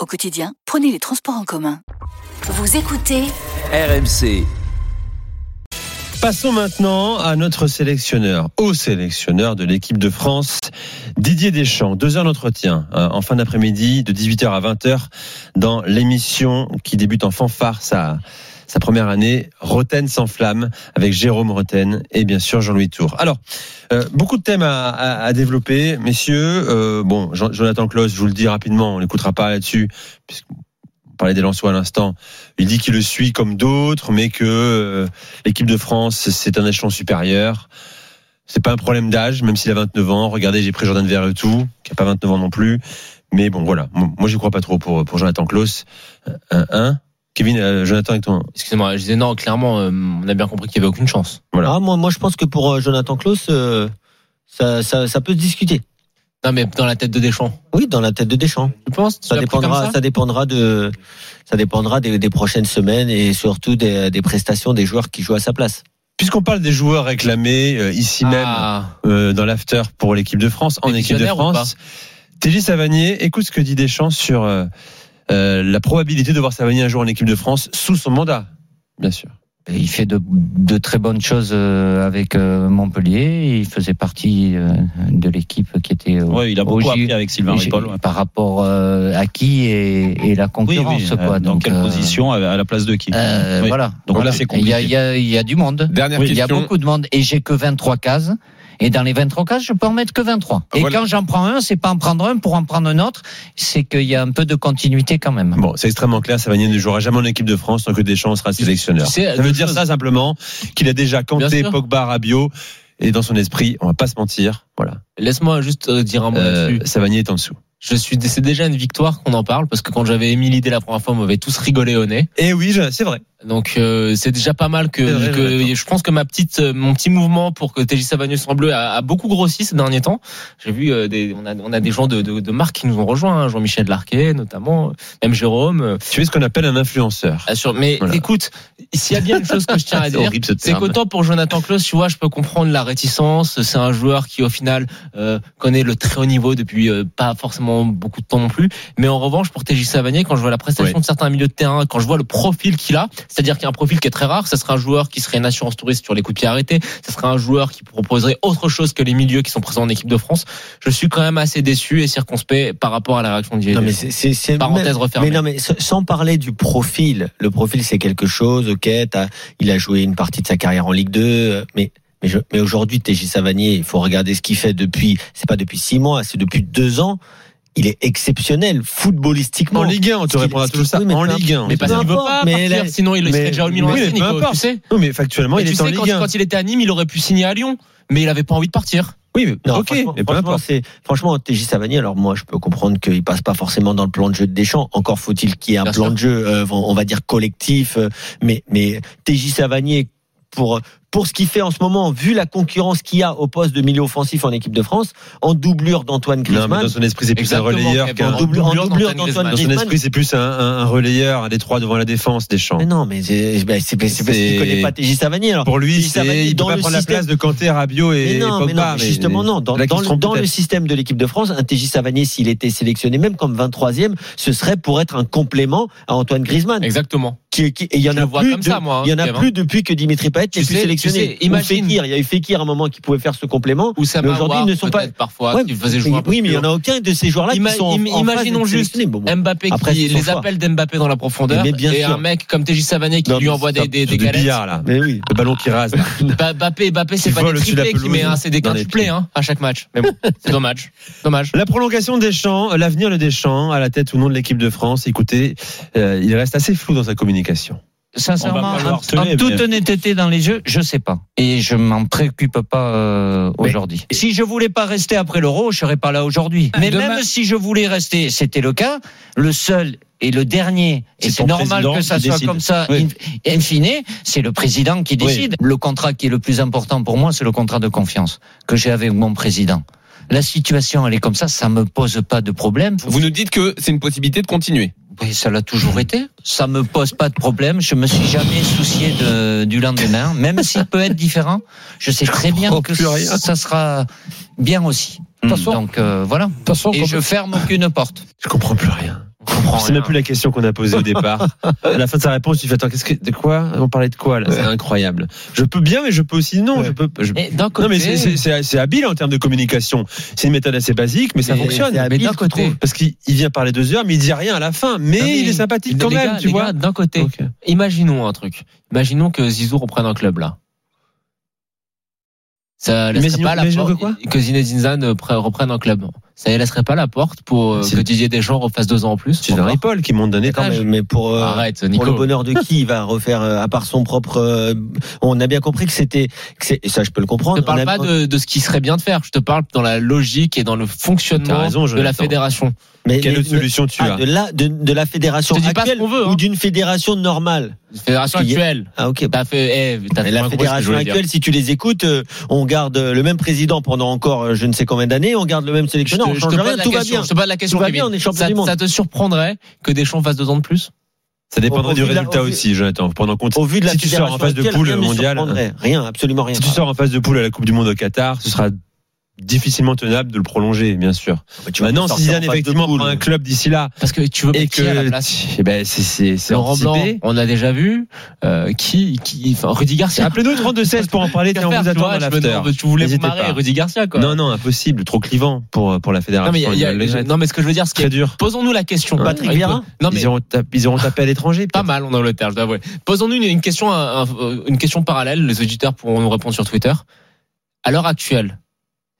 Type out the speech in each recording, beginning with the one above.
Au quotidien, prenez les transports en commun. Vous écoutez RMC. Passons maintenant à notre sélectionneur, au sélectionneur de l'équipe de France, Didier Deschamps. Deux heures d'entretien euh, en fin d'après-midi, de 18h à 20h, dans l'émission qui débute en fanfare sa, sa première année, Roten sans flamme, avec Jérôme Roten et bien sûr Jean-Louis Tour. Alors, euh, beaucoup de thèmes à, à- à développer, messieurs. Euh, bon, Jean- Jonathan Klaus, je vous le dis rapidement, on n'écoutera pas là-dessus, puisqu'on parlait des Lensois à l'instant. Il dit qu'il le suit comme d'autres, mais que... euh, L'équipe de France, c'est un échelon supérieur. C'est pas un problème d'âge, même s'il a 29 ans. Regardez, j'ai pris Jordan Verretou, qui a pas 29 ans non plus. Mais bon, voilà. Moi, moi, j'y crois pas trop pour, pour Jonathan Klaus. 1-1. Kevin, euh, Jonathan, avec ton. Excusez-moi, je disais non, clairement, euh, on a bien compris qu'il n'y avait aucune chance. Voilà. Ah, moi, moi, je pense que pour euh, Jonathan Klaus, euh, ça, ça, ça peut se discuter. Non, mais dans la tête de Deschamps. Oui, dans la tête de Deschamps. Tu penses Tu Ça l'as pris dépendra, comme ça, ça dépendra de, ça dépendra des, des prochaines semaines et surtout des, des prestations des joueurs qui jouent à sa place. Puisqu'on parle des joueurs réclamés euh, ici même Ah, euh, dans l'after pour l'équipe de France, en Des équipe de visionnaires ou France, TJ Savanier, écoute ce que dit Deschamps sur euh, euh, la probabilité de voir Savanier un jour en équipe de France sous son mandat, bien sûr. Et Il fait de, de très bonnes choses euh, avec euh, Montpellier. Il faisait partie euh, de l'équipe qui était au, Ouais, il au a beaucoup J- appris avec Sylvain au J- Ripoll. ouais. par rapport euh, à qui et, et la Oui, oui, concurrence. euh, quoi. dans Donc, quelle euh, position, à à la place de qui euh, Oui. Voilà. Donc Voilà. là, c'est Il y, a, compliqué. il y a- il y a du monde. Dernière Il y a question. beaucoup de monde. Et j'ai que 23 cases. Et dans les 23 cases, je peux en mettre que 23. Et Voilà. quand j'en prends un, c'est pas en prendre un pour en prendre un autre. C'est qu'il y a un peu de continuité quand même. Bon, c'est extrêmement clair, Savanier ne jouera jamais en équipe de France tant que Deschamps sera sélectionneur. tu sais, ça veut deux dire choses. ça simplement qu'il a déjà Bien canté sûr. Pogba, Rabiot et dans son esprit, on va pas se mentir, voilà. Laisse-moi juste euh, dire un mot Euh, là-dessus. Savanier est en dessous. Je suis, c'est déjà une victoire qu'on en parle parce que quand j'avais émis l'idée la première fois, on m'avait tous rigolé au nez. Et oui, je- c'est vrai. Donc euh, c'est déjà pas mal que, C'est vrai, que- Jonathan. je pense que ma petite, euh, mon petit mouvement pour que TJ Savanius en bleu a, a beaucoup grossi ces derniers temps. J'ai vu euh, des, on a, on a des gens de, de, de marques qui nous ont rejoints, hein, Jean-Michel Larquet notamment, euh, même Jérôme. euh, Tu es ce qu'on appelle un influenceur. assure- Ah, Mais Voilà. écoute, s'il y a bien une chose que je tiens à C'est dire, horrible, ce c'est terme. qu'autant pour Jonathan Klaus, tu vois, je peux comprendre la réticence. C'est un joueur qui, au final, euh, connaît le très haut niveau depuis euh, pas forcément beaucoup de temps non plus. Mais en revanche, pour TJ Savanier, quand je vois la prestation Oui. de certains milieux de terrain, quand je vois le profil qu'il a, c'est-à-dire qu'il y a un profil qui est très rare, ça serait un joueur qui serait une assurance touriste sur les coups de pied arrêtés, ça serait un joueur qui proposerait autre chose que les milieux qui sont présents en équipe de France. Je suis quand même assez déçu et circonspect par rapport à la réaction de Didier. Non, mais Deschamps. c'est- c'est- c'est Parenthèse même- refermée. Mais non, mais s- sans parler du profil. Le profil, c'est quelque chose. Ok, t'as- il a joué une partie de sa carrière en Ligue 2, euh, mais mais, je- mais aujourd'hui, TJ Savanier, il faut regarder ce qu'il fait depuis. C'est pas depuis six mois, c'est depuis deux ans. Il est exceptionnel footballistiquement. En Ligue 1, on te qu'il- répondra ce toujours qu'il- ça. oui, mais en peu importe. Ligue 1. Mais peu parce qu'il veut importe, pas mais partir, là- sinon il mais- serait déjà au Milan oui, mais AC, peu Nico, importe. tu sais. Non, mais factuellement, Mais il tu est en sais, quand, Ligue 1. quand il était à Nîmes, il aurait pu signer à Lyon, mais il avait pas envie de partir. Oui, mais Non, ok, franchement, mais peu franchement, importe. c'est franchement TJ Savanier. Alors moi, je peux comprendre qu'il passe pas forcément dans le plan de jeu de Deschamps. Encore faut-il qu'il y ait un Bien plan sûr. de jeu, euh, on va dire collectif. euh, mais mais TJ Savanier pour pour ce qu'il fait en ce moment, vu la concurrence qu'il y a au poste de milieu offensif en équipe de France, en doublure d'Antoine Non, mais Griezmann. dans son esprit, c'est plus un Exactement, relayeur Kevin. qu'un. en double- en doublure doublure d'Antoine d'Antoine Dans son Griezmann. esprit, c'est plus un, un- un relayeur, un des trois devant la défense, Deschamps. Mais non, mais c'est ben, c'est- c'est parce C'est- qu'il connaît pas TJ Savanier. Alors Pour lui, Si ça va, il c'est- il est peut dans pas le prendre la système. place de Kanté, Rabiot et Mais non, mais non, Pogba. mais- justement non. Dans, là qu'il dans se le, trompe dans le peut-être. système de l'équipe de France, un TJ Savanier, s'il était sélectionné même comme 23e, ce serait pour être un complément à Antoine Griezmann. Exactement. Qui, qui- et il y en Je a le vois plus comme de- ça, moi, hein, il y en a Kevin. plus depuis que Dimitri Payet Tu n'est plus sais- tu sais, sélectionné. Ou imagine. Fekir, il y a eu Fekir à un moment qui pouvait faire ce complément. Ou Samara, aujourd'hui, ils ne sont peut-être parfois, Ouais, qui faisait mais- jouer un peu oui, mais il plus n'y en a aucun de ces joueurs-là Ima- qui sont en, im- en phase imaginons d'être juste sélectionnés. Bon, bon. haut. Mbappé Après, qui c'est son les choix. appels d'Mbappé dans la profondeur Mais bien et sûr. un mec comme TJ Savanier qui Non, lui mais envoie c'est des, des, des de galettes. billard, là. Mais oui. Le ballon qui rase. là. Ba- Mbappé, Mbappé, c'est Qui pas vole des au-dessus de la triplés qui pelouse. met, hein, c'est des Dans les quintuplés pieds. hein, à chaque match. Mais bon, c'est dommage. Dommage. La prolongation des champs, euh, l'avenir de Deschamps à la tête ou non de l'équipe de France. Écoutez, euh, il reste assez flou dans sa communication. sincèrement, On va pas le en, harceler, en toute mais- honnêteté dans les jeux, je sais pas. Et je m'en préoccupe pas euh, aujourd'hui. Si je voulais pas rester après l'euro, je serais pas là aujourd'hui. Mais Demain- même si je voulais rester, c'était le cas, le seul et le dernier, et C'est c'est ton normal président que ça qui soit décide. comme ça, Oui. in, in fine, c'est le président qui Oui. décide. Le contrat qui est le plus important pour moi, c'est le contrat de confiance que j'ai avec mon président. La situation, elle est comme ça, ça me pose pas de problème. Vous nous dites que c'est une possibilité de continuer. Oui, ça l'a toujours été. Ça me pose pas de problème. Je me suis jamais soucié de, du lendemain, même s'il peut être différent. Je sais très bien Oh, que plus rien. ça sera bien aussi. façon- Donc euh, voilà. De toute façon, Et je ferme aucune porte. Je comprends plus rien. C'est même plus la question qu'on a posée au départ. à la fin de sa réponse, tu fais attends, qu'est-ce que de quoi On parlait de quoi là C'est incroyable. Je peux bien, mais je peux aussi non. Je peux. je- Et d'un Non, mais côté- c'est- c'est- c'est c'est habile en termes de communication. C'est une méthode assez basique, mais ça Mais fonctionne. c'est Mais habile, d'un je côté- trouve. Parce qu'il il vient parler deux heures, mais il dit rien à la fin. Mais Non, mais- il est sympathique quand les même, gars, tu les vois. gars, D'un côté, Ok. imaginons un truc. Imaginons que Zizou reprenne un club là. Ça laisserait Imaginons- pas la imaginons porte que quoi que Zinedine Zidane euh, pre- reprenne un club. Ça laisserait pas la porte pour euh, C'est- que Didier Deschamps refasse deux ans en plus. C'est un Encore. Paul qui monte d'un D'accord, étage. mais, mais pour, euh, Arrête, pour Nico. le bonheur de qui il va refaire euh, à part son propre. euh, on a bien compris que c'était. que c'est- et ça, je peux le comprendre. Je te On parle pas a- de, de ce qui serait bien de faire. Je te parle dans la logique et dans le fonctionnement T'as raison, de la Jonathan. fédération. mais- Quelle mais- autre solution tu ah, as de la de, de la fédération Je te dis pas ce actuelle qu'on veut, hein. ou d'une fédération normale. La fédération Parce qu'il y a- actuelle. Ah ok. T'as fait, eh, t'as Mais fait la moins gros ce que je fédération voulais dire. actuelle, si tu les écoutes, euh, on garde le même président pendant encore euh, je ne sais combien d'années, on garde le même Je sélectionneur, te, on je change te pose rien, la tout va question, bien. je te pose la question, va Kevin. bien, on est champion ça, du monde. ça te surprendrait que Deschamps fasse deux ans de plus Ça au dépendrait du vu de la- résultat au vu- aussi, Jonathan. Faut Prendre en compte. Au vu de la Si tu sors en fédération phase de actuelle, poule rien ne me mondiale, euh. surprendrait. rien, absolument rien. Si tu sors en phase de poule à la Coupe du Monde au Qatar, ce sera difficilement tenable de le prolonger, bien sûr. Ah, bah, tu vas Maintenant, sortir si en Zidane phase de effectivement poule. prend un club d'ici là Parce que tu veux et mettre qui à la que place eh ben c'est c'est c'est Laurent Blanc, anticipé. on a déjà vu euh, qui qui enfin Rudy Garcia. Appelez-nous 32 16 pour en parler. Ah, Tiens, on vous attend à l'after. Tu voulais vous N'hésitez marrer, pas. Rudy Garcia quoi. Non, non, impossible. Trop clivant pour pour la Non, fédération. mais, il y a- il y a- Ils le regrettent. non mais ce que je veux dire c'est Très que dur. posons-nous la question. Patrick Il peut- Vieira Non mais Ils auront tapé, ils auront tapé à l'étranger. pas peut-être. mal en Angleterre, je dois avouer. Posons-nous une, une question un- un- une question parallèle, les auditeurs pourront nous répondre sur Twitter. À l'heure actuelle,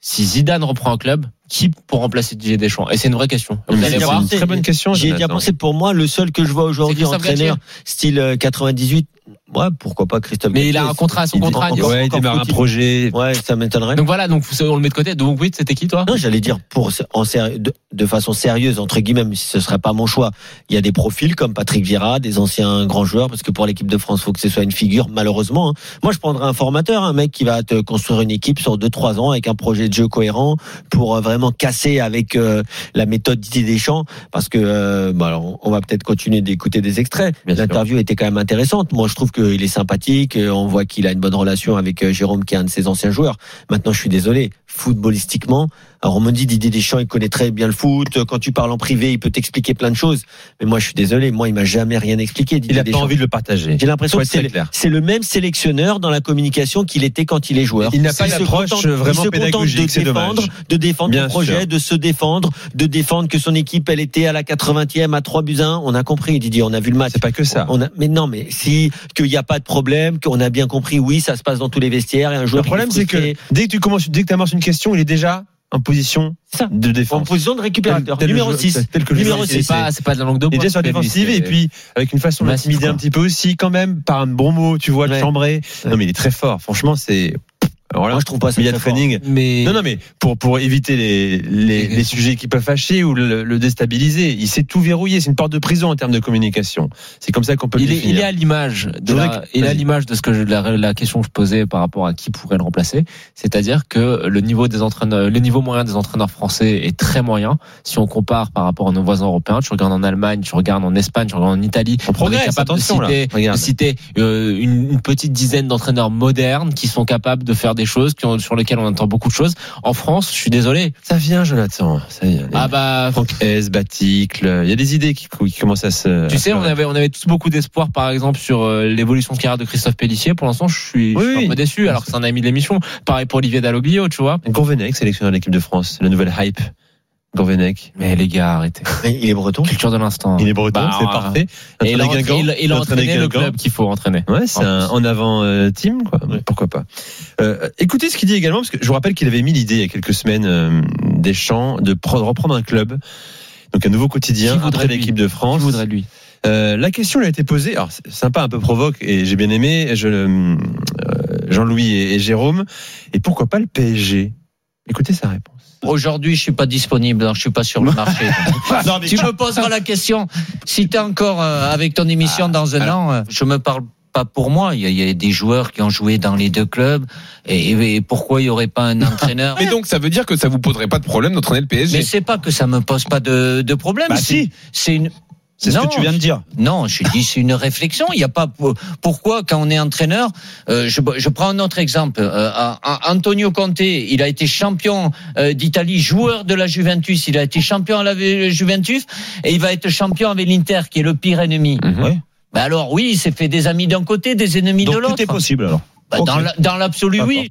si Zidane reprend un club, qui pour remplacer Didier Deschamps Et c'est une vraie question. Vous Mais allez c'est voir. une très bonne question. J'y ai déjà Jonathan. pensé pour moi, le seul que je vois aujourd'hui Christophe entraîneur style euh, 98, ouais, pourquoi pas Christophe Mais il a Galtier, un contrat à son il- contrat. encore- Ouais, il encore démarre un faut-il. projet. Ouais, ça m'étonnerait. Donc voilà, donc on le met de côté. Donc oui, c'était qui toi Non, j'allais dire pour en séri- de, de façon sérieuse entre guillemets, même si ce serait pas mon choix. Il y a des profils comme Patrick Vieira, des anciens grands joueurs, parce que pour l'équipe de France, faut que ce soit une figure. Malheureusement, hein. moi je prendrais un formateur, un mec qui va te construire une équipe sur deux trois ans avec un projet de jeu cohérent pour euh, vraiment casser avec euh, la méthode Didier Deschamps, parce que euh, bah, alors, on va peut-être continuer d'écouter des extraits. Bien sûr. L'interview était quand même intéressante. Moi, je trouve qu'il est sympathique. euh, On voit qu'il a une bonne relation avec euh, Jérôme, qui est un de ses anciens joueurs. Maintenant, je suis désolé, footballistiquement. Alors on me dit Didier Deschamps, il connaît très bien le foot. Quand tu parles en privé, il peut t'expliquer plein de choses. Mais moi, je suis désolé, moi, il m'a jamais rien expliqué. Didier Il a pas Deschamps. envie de le partager. J'ai l'impression Faut que être très c'est le, clair. c'est le même sélectionneur dans la communication qu'il était quand il est joueur. Il n'a pas se d'approche contente- vraiment il se contente pédagogique, c'est de défendre, dommage. de défendre Bien le projet, sûr. de se défendre, de défendre que son équipe, elle était à la 80e, à 3 buts à 1. On a compris, Didier, on a vu le match. C'est pas que ça. On a, mais non, mais si qu'il n'y a pas de problème, qu'on a bien compris, oui, ça se passe dans tous les vestiaires. Et un Le joueur qui est problème, c'est que frustré, dès que tu commences, dès que tu amorces une question, il est déjà en position Ça. de en défense. position de Tel- récupérateur, tel numéro le jeu- 6. tel que le jeu Numéro est- C'est six. pas, c'est pas de la langue de Il est bois. déjà sur la défensive et puis avec une façon Massif, d'intimider quoi. un petit peu aussi quand même par un bon mot, tu vois, de Ouais. chambrer. Non Ouais. mais il est très fort, franchement c'est alors là, Moi, je trouve pas ça il y a très fort. training. Mais Non non mais pour pour éviter les les, les sujets qui peuvent fâcher ou le, le déstabiliser, il sait tout verrouiller, c'est une porte de prison en termes de communication. C'est comme ça qu'on peut le il est, il est définir. à l'image de Je voudrais la, que- il est à vas-y. l'image de ce que je, la, la question que je posais par rapport à qui pourrait le remplacer. C'est-à-dire que le niveau des entraîneurs, le niveau moyen des entraîneurs français est très moyen. Si on compare par rapport à nos voisins européens, tu regardes en Allemagne, tu regardes en Espagne, tu regardes en Italie. On est progresse, capable de attention là. citer- Regarde. de citer euh, une, une petite dizaine d'entraîneurs modernes qui sont capables de faire des choses qui ont- sur lesquelles on entend beaucoup de choses. En France, je suis désolé. Ça vient Jonathan, ça vient. Ah bah, Franck S, Baticle, il y a des idées qui, qui commencent à se Tu sais, on à- avait, on avait tous beaucoup d'espoir, par exemple, sur euh, l'évolution de carrière de Christophe Pellissier. Pour l'instant, je suis, je suis Oui. un peu déçu, alors que c'est un ami de l'émission. Pareil pour Olivier Dalloglio, tu vois. Gourvenec, sélectionneur de l'équipe de France, la nouvelle hype. Gourvenec. Mais les gars, arrêtez. Mais il est breton. Culture de l'instant. Il est breton, Bah, c'est euh, parfait. Et il a, Entraîné Guingamp, il, il a entraîné entraîné le Guingamp. club qu'il faut entraîner. Ouais, c'est En un plus. en avant euh, team, quoi. Ouais. Pourquoi pas. Euh, écoutez ce qu'il dit également, parce que je vous rappelle qu'il avait mis l'idée il y a quelques semaines euh, des champs de prendre- reprendre un club, donc un nouveau Qui quotidien voudrait après lui l'équipe de Qui France. voudrait de lui Euh, la question lui a été posée, alors c'est sympa, un peu provoque, et j'ai bien aimé je, euh, Jean-Louis et, et Jérôme. Et pourquoi pas le PSG Écoutez sa réponse. Aujourd'hui, je suis pas disponible, alors je suis pas sur le marché. Non, mais tu me poseras la question. Si tu es encore euh, avec ton Ah, émission dans un an, euh, je me parle pas pour moi. Il y, a- il y a des joueurs qui ont joué dans les deux clubs. Et, et pourquoi il y aurait pas un entraîneur Mais donc, ça veut dire que ça vous poserait pas de problème d'entraîner le Mais PSG c'est pas que ça me pose pas de, de problème. Bah c'est- si. c'est une. c'est ce Non, que tu viens de dire. Non, je dis c'est une réflexion. Il n'y a pas pour- pourquoi quand on est entraîneur. euh, je, je prends un autre exemple. Euh, à- à Antonio Conte, il a été champion euh, d'Italie, joueur de la Juventus. Il a été champion à la Ju- Juventus et il va être champion avec l'Inter, qui est le pire ennemi. Mhm. Ouais. Bah alors oui, il s'est fait des amis d'un côté, des ennemis de Donc l'autre. tout est possible alors. Bah, Ok. dans la- Dans l'absolu, oui.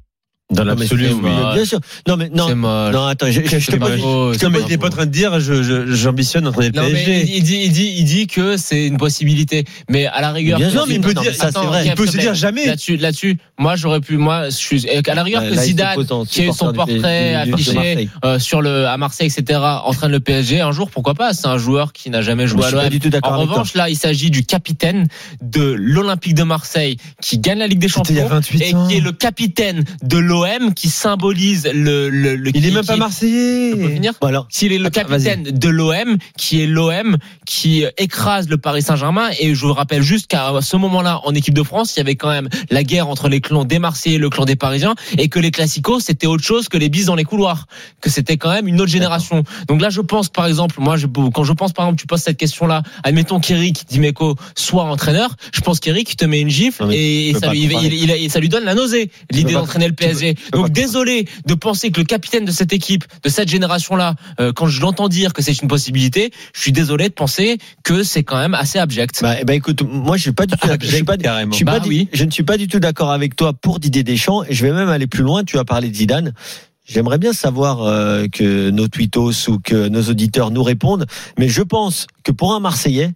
Dans Non, mais c'est- l'absolu, oui, bien sûr. Non, mais non, C'est moche. non attends, je, je- je te C'est pose- moche. Comme il n'est pas en train de dire, je- je- j'ambitionne d'entraîner le Non, mais PSG. il, il dit, il dit, il dit que c'est une possibilité. Mais à la rigueur, Bien que- sûr, mais il peut dire- mais ça, c'est vrai. ok, Il peut se mais dire jamais. Là-dessus, là-dessus, moi, j'aurais pu, moi, je suis, à la rigueur Bah, Euh, Là, que il se Zidane, pose en qui a eu son supporter du- portrait du- du- de affiché, Marseille. euh, sur le, à Marseille, etc., entraîne le PSG un jour, pourquoi pas? C'est un joueur qui n'a jamais Je joué à suis pas l'OM. du tout d'accord En avec toi. revanche, là, il s'agit du capitaine de l'Olympique de Marseille qui gagne la Ligue des C'était il y a Champions 28 et ans. qui est le capitaine de l'OM qui symbolise le. le, le Il qui- est même pas qui- marseillais. Je peux finir Bon, alors, s'il est le Attends, capitaine de l'OM, qui est l'OM, qui euh, écrase le Paris Saint-Germain. Et je vous rappelle juste qu'à ce moment-là, en équipe de France, il y avait quand même la guerre entre les clans des Marseillais et le clan des Parisiens, et que les classicos, c'était autre chose que les bises dans les couloirs, que c'était quand même une autre génération. Donc là, je pense, par exemple, moi, je, quand je pense, par exemple, tu poses cette question-là, admettons qu'Eric Dimeco soit entraîneur, je pense qu'Eric te met une gifle Non, mais et, peux ça pas lui, il- comparer. il- il- ça lui donne la nausée, l'idée d'entraîner le PSG. pas Donc désolé de penser que le capitaine de cette équipe, de cette génération-là, euh, quand je l'entends dire que c'est une possibilité, je suis désolé de penser que c'est quand même assez abject. bah, eh ben, écoute, moi je suis pas du Ah, tout, je suis pas, du- carrément. je suis Bah pas du- oui. je ne suis pas du tout d'accord avec toi pour Didier Deschamps. Et je vais même aller plus loin. Tu as parlé de Zidane. J'aimerais bien savoir euh, que nos tweetos ou que nos auditeurs nous répondent. Mais je pense que pour un Marseillais,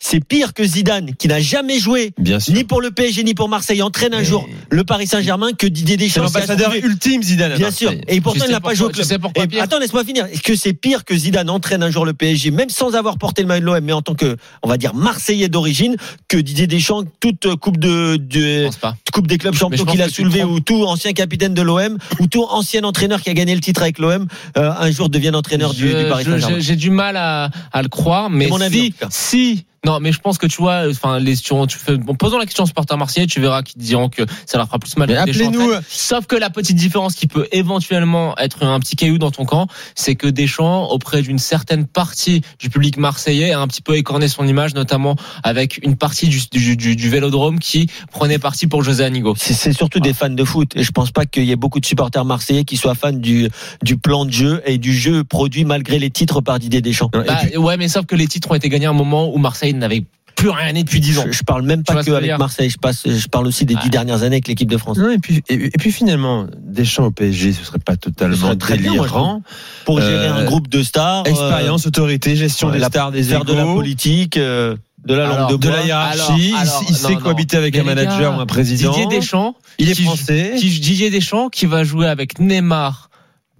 c'est pire que Zidane qui n'a jamais joué Bien sûr. ni pour le PSG ni pour Marseille entraîne un jour le Paris Saint-Germain que Didier C'est Deschamps. s'y a l'ambassadeur trouvé. ultime, Zidane. à Bien Marseille. sûr. Et pourtant, Tu il sais n'a pas pourquoi- joué au tu club. sais pourquoi, Et- Pierre attends, laisse-moi finir. Est-ce que c'est pire que Zidane entraîne un jour le PSG, même sans avoir porté le maillot de l'OM, mais en tant que, on va dire, Marseillais d'origine, que Didier Deschamps, toute coupe de, Je de pense pas. coupe des clubs champions pense qu'il a que tu te soulevé, trompes. ou tout ancien capitaine de l'OM, ou tout ancien entraîneur qui a gagné le titre avec l'OM, euh, un jour devienne entraîneur du, Je- du Paris je- Saint-Germain. j'ai- J'ai du mal à, à le croire, mais C'est mon avis, en si, tout cas. si, non, mais je pense que tu vois, enfin, les tu, tu fais, bon, posons la question aux supporters marseillais, tu verras qu'ils diront que ça leur fera plus mal. Mais que Deschamps appelez-nous. entraîne. Sauf que la petite différence qui peut éventuellement être un petit caillou dans ton camp, c'est que Deschamps, auprès d'une certaine partie du public marseillais, a un petit peu écorné son image, notamment avec une partie du, du, du- du Vélodrome qui prenait parti pour José Anigo. C'est c'est surtout Ah. des fans de foot. Et je pense pas qu'il y ait beaucoup de supporters marseillais qui soient fans du, du plan de jeu et du jeu produit malgré les titres par Didier Deschamps. Non, et Bah, puis- ouais, mais sauf que les titres ont été gagnés à un moment où Marseille n'avait plus rien né depuis 10 ans. Je, je parle même Tu pas vois ce que je que veux avec dire Marseille. Je, passe, je parle aussi des dix Ouais. dernières années avec l'équipe de France. Non, et puis, et, et puis finalement, Deschamps au PSG, ce serait pas totalement Ce serait très bien, moi, je délirant. Pour gérer Euh, un groupe de stars, euh, Expérience, autorité, gestion ouais, des la- stars, des faire de la égaux, politique, euh, de la Alors, langue de de bois. la Alors, hiérarchie. il- alors, il non, sait non. cohabiter avec Mais un les manager gars, ou un président. Didier Deschamps, il est qui- français. qui, Didier Deschamps qui va jouer avec Neymar,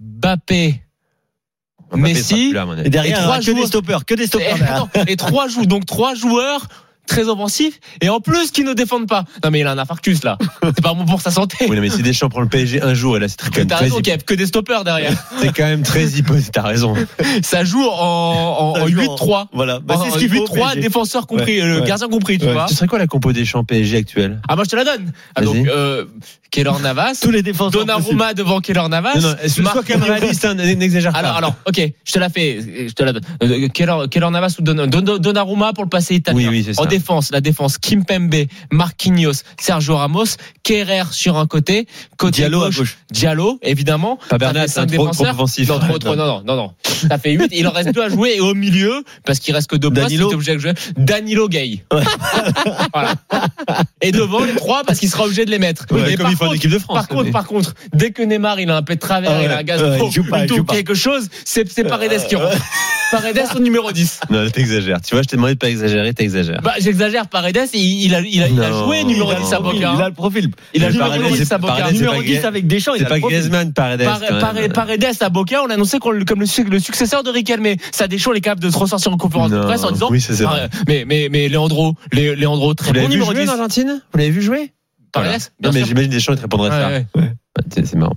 Mbappé, Mbappé Messi. sera plus là, à mon avis. Et derrière, Et il y trois aura que des joueurs. stoppers, que des et, stoppers. derrière. attends, et trois joueurs, donc trois joueurs très offensifs et en plus qui ne défendent pas. Non mais il a un infarctus là. C'est pas bon pour sa santé. Oui, non, mais si Deschamps prend le PSG un jour, et là, c'est très- quand même T'as très, raison, Kev, que des stoppers derrière. c'est quand même très hypothèse. T'as raison. Ça joue en, en, Ça en joue 8-3. Voilà, Bah, En- c'est en ce qu'il faut. 8-3, PSG. défenseur compris, euh, Ouais, le ouais. gardien compris, tu vois. Ce serait quoi la compo Deschamps PSG actuelle Ah, moi je te la donne. Ah, Vas-y. donc, euh, Keller Navas, Tous les défenseurs. possibles. Donnarumma devant Keller Navas. Non, non, sois quand même réaliste, hein, n'exagère pas. Ah, Alors, alors, ok, je te la fais, je te la donne. Euh, Keller, Keller Navas ou Don- Don- Donnarumma pour le passer italien. Oui, oui, c'est ça. En défense, la défense, Kimpembe, Marquinhos, Sergio Ramos, Kerrer sur un côté, côté Diallo à gauche, gauche. Diallo, évidemment. Pas Ça Bernat, fait cinq hein, trop- défenseurs. trop offensif. Non, trop, trop, non, non, non, non. Ça fait 8, il en reste deux à jouer et au milieu, parce qu'il reste que deux places, il est Danilo. obligé de jouer. Danilo Gay. voilà. Et devant les trois, parce qu'il sera obligé de les mettre. Ouais, Et comme par il faut en contre, équipe de France, Oh, Par contre, mais- par contre, dès que Neymar, il a un peu de travers, Ah ouais, il a un gaz ouais, il joue pas, il il joue touche pas. quelque chose, c'est séparé d'Esquiron. Paredes au numéro 10. Non, t'exagères. Tu vois, je t'ai demandé de pas exagérer, t'exagères. Bah, j'exagère, Paredes, il, il a, il a, il a Non, joué numéro il a 10 à joué, Boca. hein. Il a le profil. Il a Mais joué Paredes, numéro 10 à c'est- Boca. Paredes, c'est Numéro pas 10 Gue- avec Deschamps, il C'est a le pas profil. Griezmann, Paredes. Par- quand Par- même. Paredes à Boca, on l'annonçait comme le, comme le su- le successeur de Riquelme. Ça déchaude les caps de se ressortir en conférence de Non. presse en disant Oui, ça, c'est Ah, vrai. mais, mais, mais Leandro, Lé- Leandro, très Vous l'avez bon vu numéro jouer 10. en Argentine Vous l'avez vu jouer Paredes, Voilà. bien Non, mais sûr. j'imagine Deschamps, il te répondrait Ouais, ça. ouais. C'est c'est marrant.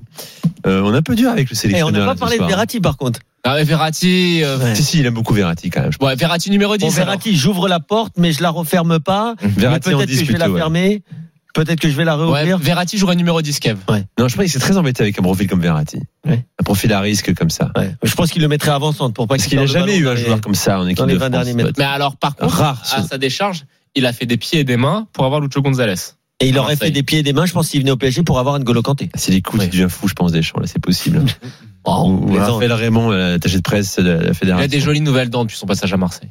Euh, on est un peu dur avec le Eh, sélectionneur. on n'a là, pas ce parlé de soir. Verratti par contre. Ah, mais Verratti, euh, Si, si, il aime beaucoup Verratti quand même. je pense. ouais, Verratti numéro 10. Bon, alors. Verratti, j'ouvre la porte, mais je la referme pas. Mais Verratti en peut-être que 10 je vais la plutôt, ouais. fermer. Peut-être que je vais la Ouais, réouvrir. Verratti jouerait numéro 10, Kev. Non, je pense qu'il s'est très embêté avec un profil comme Verratti. Ouais. Un profil à risque comme ça. Ouais. Je pense qu'il le mettrait avant centre pour pas Parce qu'il n'a perde le jamais ballon eu dans un les- joueur comme ça en équipe les de 20 France. derniers mètres. Ah. Mais alors, par contre, Rare, à ce- sa décharge, il a fait des pieds et des mains pour avoir Lucho Gonzalez. Et il aurait Marseille. fait des pieds et des mains. Je pense qu'il venait au PSG pour avoir N'Golo Kanté. C'est les coups Ouais. qui devient fou, je pense, Deschamps. Là, c'est possible. Oh, Ou- ou plaisant. Raphaël Raymond, euh, attaché de presse de la Il fédération. a des jolies nouvelles dents depuis son passage à Marseille.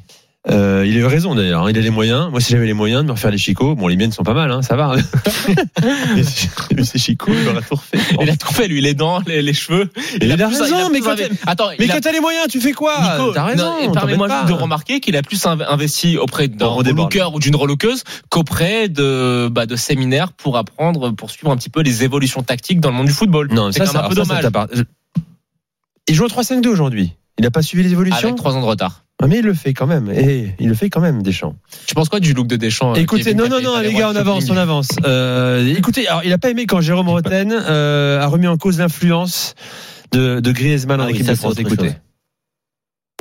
Euh, il a eu raison d'ailleurs. hein. Il a les moyens. Moi, si j'avais les moyens de me refaire les chicots, bon, les miennes sont pas mal, hein, ça va. hein. mais ces- mais ces chicots, il aura tout refait. Il a tout fait, lui, les dents, les, les cheveux. Mais il a plus- raison, mais plus quand inve- t'as- Attends, Mais il a- quand t'as les moyens, tu fais quoi Nico, T'as raison. non, et t'embêtes permets-moi pas. juste de remarquer qu'il a plus inv- investi auprès d'un Bon, on déborde. relooker ou d'une relookeuse qu'auprès de, bah, de séminaires pour apprendre, pour suivre un petit peu les évolutions tactiques dans le monde du football. Non, ça, C'est quand même ça, un peu ça, ça dommage. t'appart- Je- Il joue en 3-5-2 aujourd'hui. Il n'a pas suivi les évolutions. Avec trois ans de retard. Ah, Mais il le fait quand même. Et il le fait quand même, Deschamps. Tu penses quoi du look de Deschamps euh, Écoutez, Kevin, non, qui a non, fait non, aller les gars, voir on le avance, shopping on avance. Euh, écoutez, alors, il a pas aimé quand Jérôme Roten euh, a remis en cause l'influence de, de Griezmann en Ah oui, équipe ça, de c'est France. autre Écoutez. chose.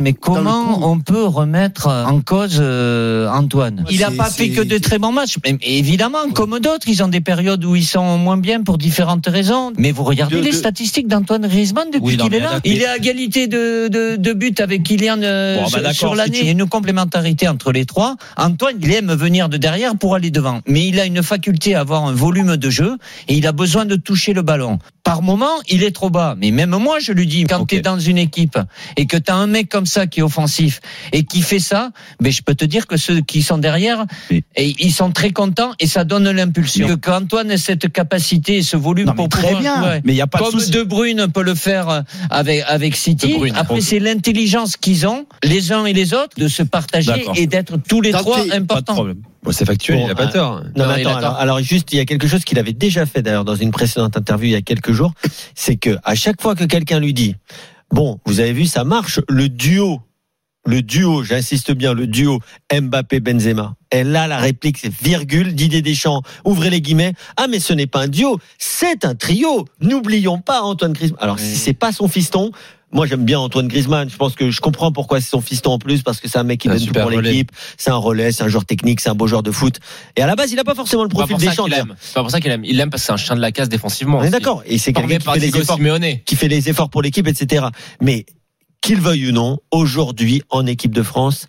Mais comment on peut remettre en cause euh, Antoine Il n'a c'est- pas fait c'est- que de très bons matchs. Mais mais évidemment, comme d'autres, ils ont des périodes où ils sont moins bien pour différentes raisons. Mais vous regardez De- les de- statistiques d'antoine Griezmann depuis Oui, non, qu'il est mais là. d'accord. Il est à égalité de, de, de buts avec Kylian euh, Bon, bah sur- d'accord, sur si l'année. tu- Il y a une complémentarité entre les trois. Antoine, il aime venir de derrière pour aller devant. Mais il a une faculté à avoir un volume de jeu et il a besoin de toucher le ballon. Par moment, il est trop bas. Mais même moi, je lui dis, quand Ok. tu es dans une équipe et que tu as un mec comme ça qui est offensif et qui fait ça, mais je peux te dire que ceux qui sont derrière, Oui. et ils sont très contents et ça donne l'impulsion. Mais- Que qu'Antoine ait cette capacité et ce volume Non, mais pour très pouvoir bien, jouer. mais il n'y a pas de Comme souci. De Bruyne peut le faire euh, avec, avec City. De Bruyne, Après, contre- c'est l'intelligence qu'ils ont, les uns et les autres, de se partager D'accord. et d'être tous les Tant trois qu'il- importants. Bon, c'est factuel, Bon, il a pas euh, tort. Non, Non, mais il a attends, tort. alors, alors juste, il y a quelque chose qu'il avait déjà fait d'ailleurs dans une précédente interview il y a quelques jours, c'est que à chaque fois que quelqu'un lui dit, bon, vous avez vu, ça marche, le duo, le duo, j'insiste bien, le duo Mbappé-Benzema. Et là, la réplique, c'est virgule, Didier Deschamps, ouvrez les guillemets, ah mais ce n'est pas un duo, c'est un trio, n'oublions pas Antoine Griezmann. Alors si c'est pas son fiston, moi j'aime bien Antoine Griezmann, je pense que je comprends pourquoi c'est son fiston en plus, parce que c'est un mec qui Un donne tout super pour relais. l'équipe, c'est un relais, c'est un joueur technique, c'est un beau joueur de foot. Et à la base, il n'a pas forcément le C'est pas profil pour des ça champs. qu'il aime. C'est pas pour ça qu'il aime. Il l'aime parce que c'est un chien de la casse défensivement. On est aussi. d'accord. Et c'est Formé quelqu'un qui par fait, les Diego efforts, Simeone. qui fait les efforts pour l'équipe, etc. Mais qu'il veuille ou non, aujourd'hui, en équipe de France,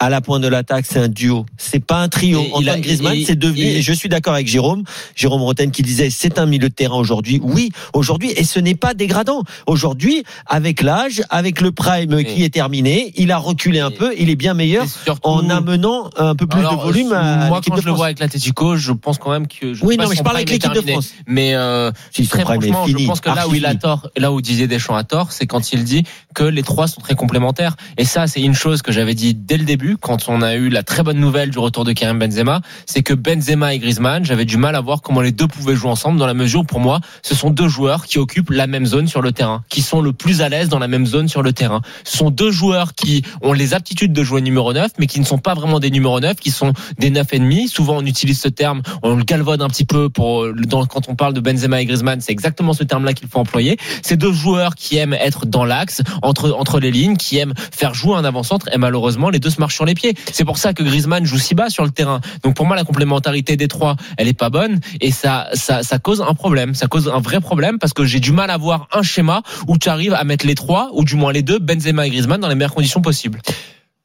à la pointe de l'attaque, c'est un duo. C'est pas un trio. Et il a- Antoine Griezmann, et- c'est devenu. et- Et je suis d'accord avec Jérôme, Jérôme Roten, qui disait c'est un milieu de terrain aujourd'hui. Oui, aujourd'hui, et ce n'est pas dégradant. Aujourd'hui, avec l'âge, avec le prime Et- qui est terminé, il a reculé un Et- peu. Il est bien meilleur Et surtout- en amenant un peu plus Mmh. Alors, euh, de volume à Moi, l'équipe quand de je le France. vois avec l'Atletico, je pense quand même que. Je Oui, sais pas non, mais si je son parle prime avec est l'équipe de terminé. France. Mais euh, Si, son très prime est franchement, fini, je pense que là où il a archi-fini. tort, là où Didier Deschamps a tort, c'est quand il dit que les trois sont très complémentaires. Et ça, c'est une chose que j'avais dit dès le début, quand on a eu la très bonne nouvelle du retour de Karim Benzema, c'est que Benzema et Griezmann, j'avais du mal à voir comment les deux pouvaient jouer ensemble, dans la mesure où pour moi, ce sont deux joueurs qui occupent la même zone sur le terrain, qui sont le plus à l'aise dans la même zone sur le terrain. Ce sont deux joueurs qui ont les aptitudes de jouer numéro 9, mais qui ne sont pas vraiment des numéros 9, qui sont des 9 et demi. Souvent, on utilise ce terme, on le galvaude un petit peu pour, dans, quand on parle de Benzema et Griezmann, c'est exactement ce terme-là qu'il faut employer. C'est deux joueurs qui aiment être dans l'axe, entre, entre les lignes, qui aiment faire jouer un avant-centre, et malheureusement, les deux se marchent sur les pieds. C'est pour ça que Griezmann joue si bas sur le terrain. Donc, pour moi, la complémentarité des trois, elle est pas bonne, et ça, ça, ça cause un problème. Ça cause un vrai problème, parce que j'ai du mal à voir un schéma où tu arrives à mettre les trois, ou du moins les deux, Benzema et Griezmann, dans les meilleures conditions possibles.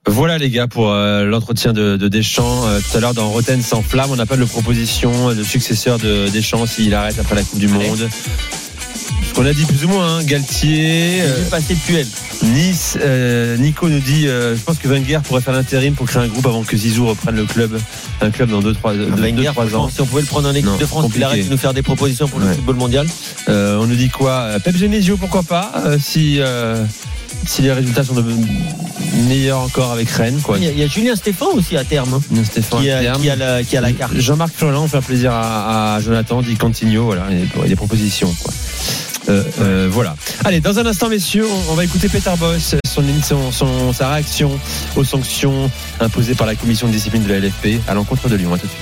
Voilà les gars pour euh, l'entretien de, de Deschamps euh, tout à l'heure dans Roten sans flamme. On appelle le proposition euh, le successeur de Deschamps s'il arrête après la Coupe du Monde. Ce qu'on a dit plus ou moins, hein, Galtier, euh, J'ai passé Puel. Nice, euh, Nico nous dit, euh, je pense que Wenger pourrait faire l'intérim pour créer un groupe avant que Zizou reprenne le club, un club dans 2-3 Wenger, franchement, ans. Si on pouvait le prendre en équipe Non, de France, compliqué. il arrête de nous faire des propositions pour Ouais. le football mondial. Euh, on nous dit quoi Euh, Pep Genesio, pourquoi pas euh, Si euh, si les résultats sont de meilleurs encore avec Rennes, quoi. Il y a- il y a Julien Stéphane aussi à terme, hein, Stéphane qui, a, Terme. qui a la, qui a la carte. Jean-Marc Furlan fait un plaisir à, à Jonathan Di Continio, voilà, il y a des- il y a des propositions. quoi. Euh, euh, voilà. Allez, dans un instant, messieurs, on, on va écouter Peter Boss, son, son- son- sa réaction aux sanctions imposées par la commission de discipline de la LFP à l'encontre de Lyon. À tout de suite.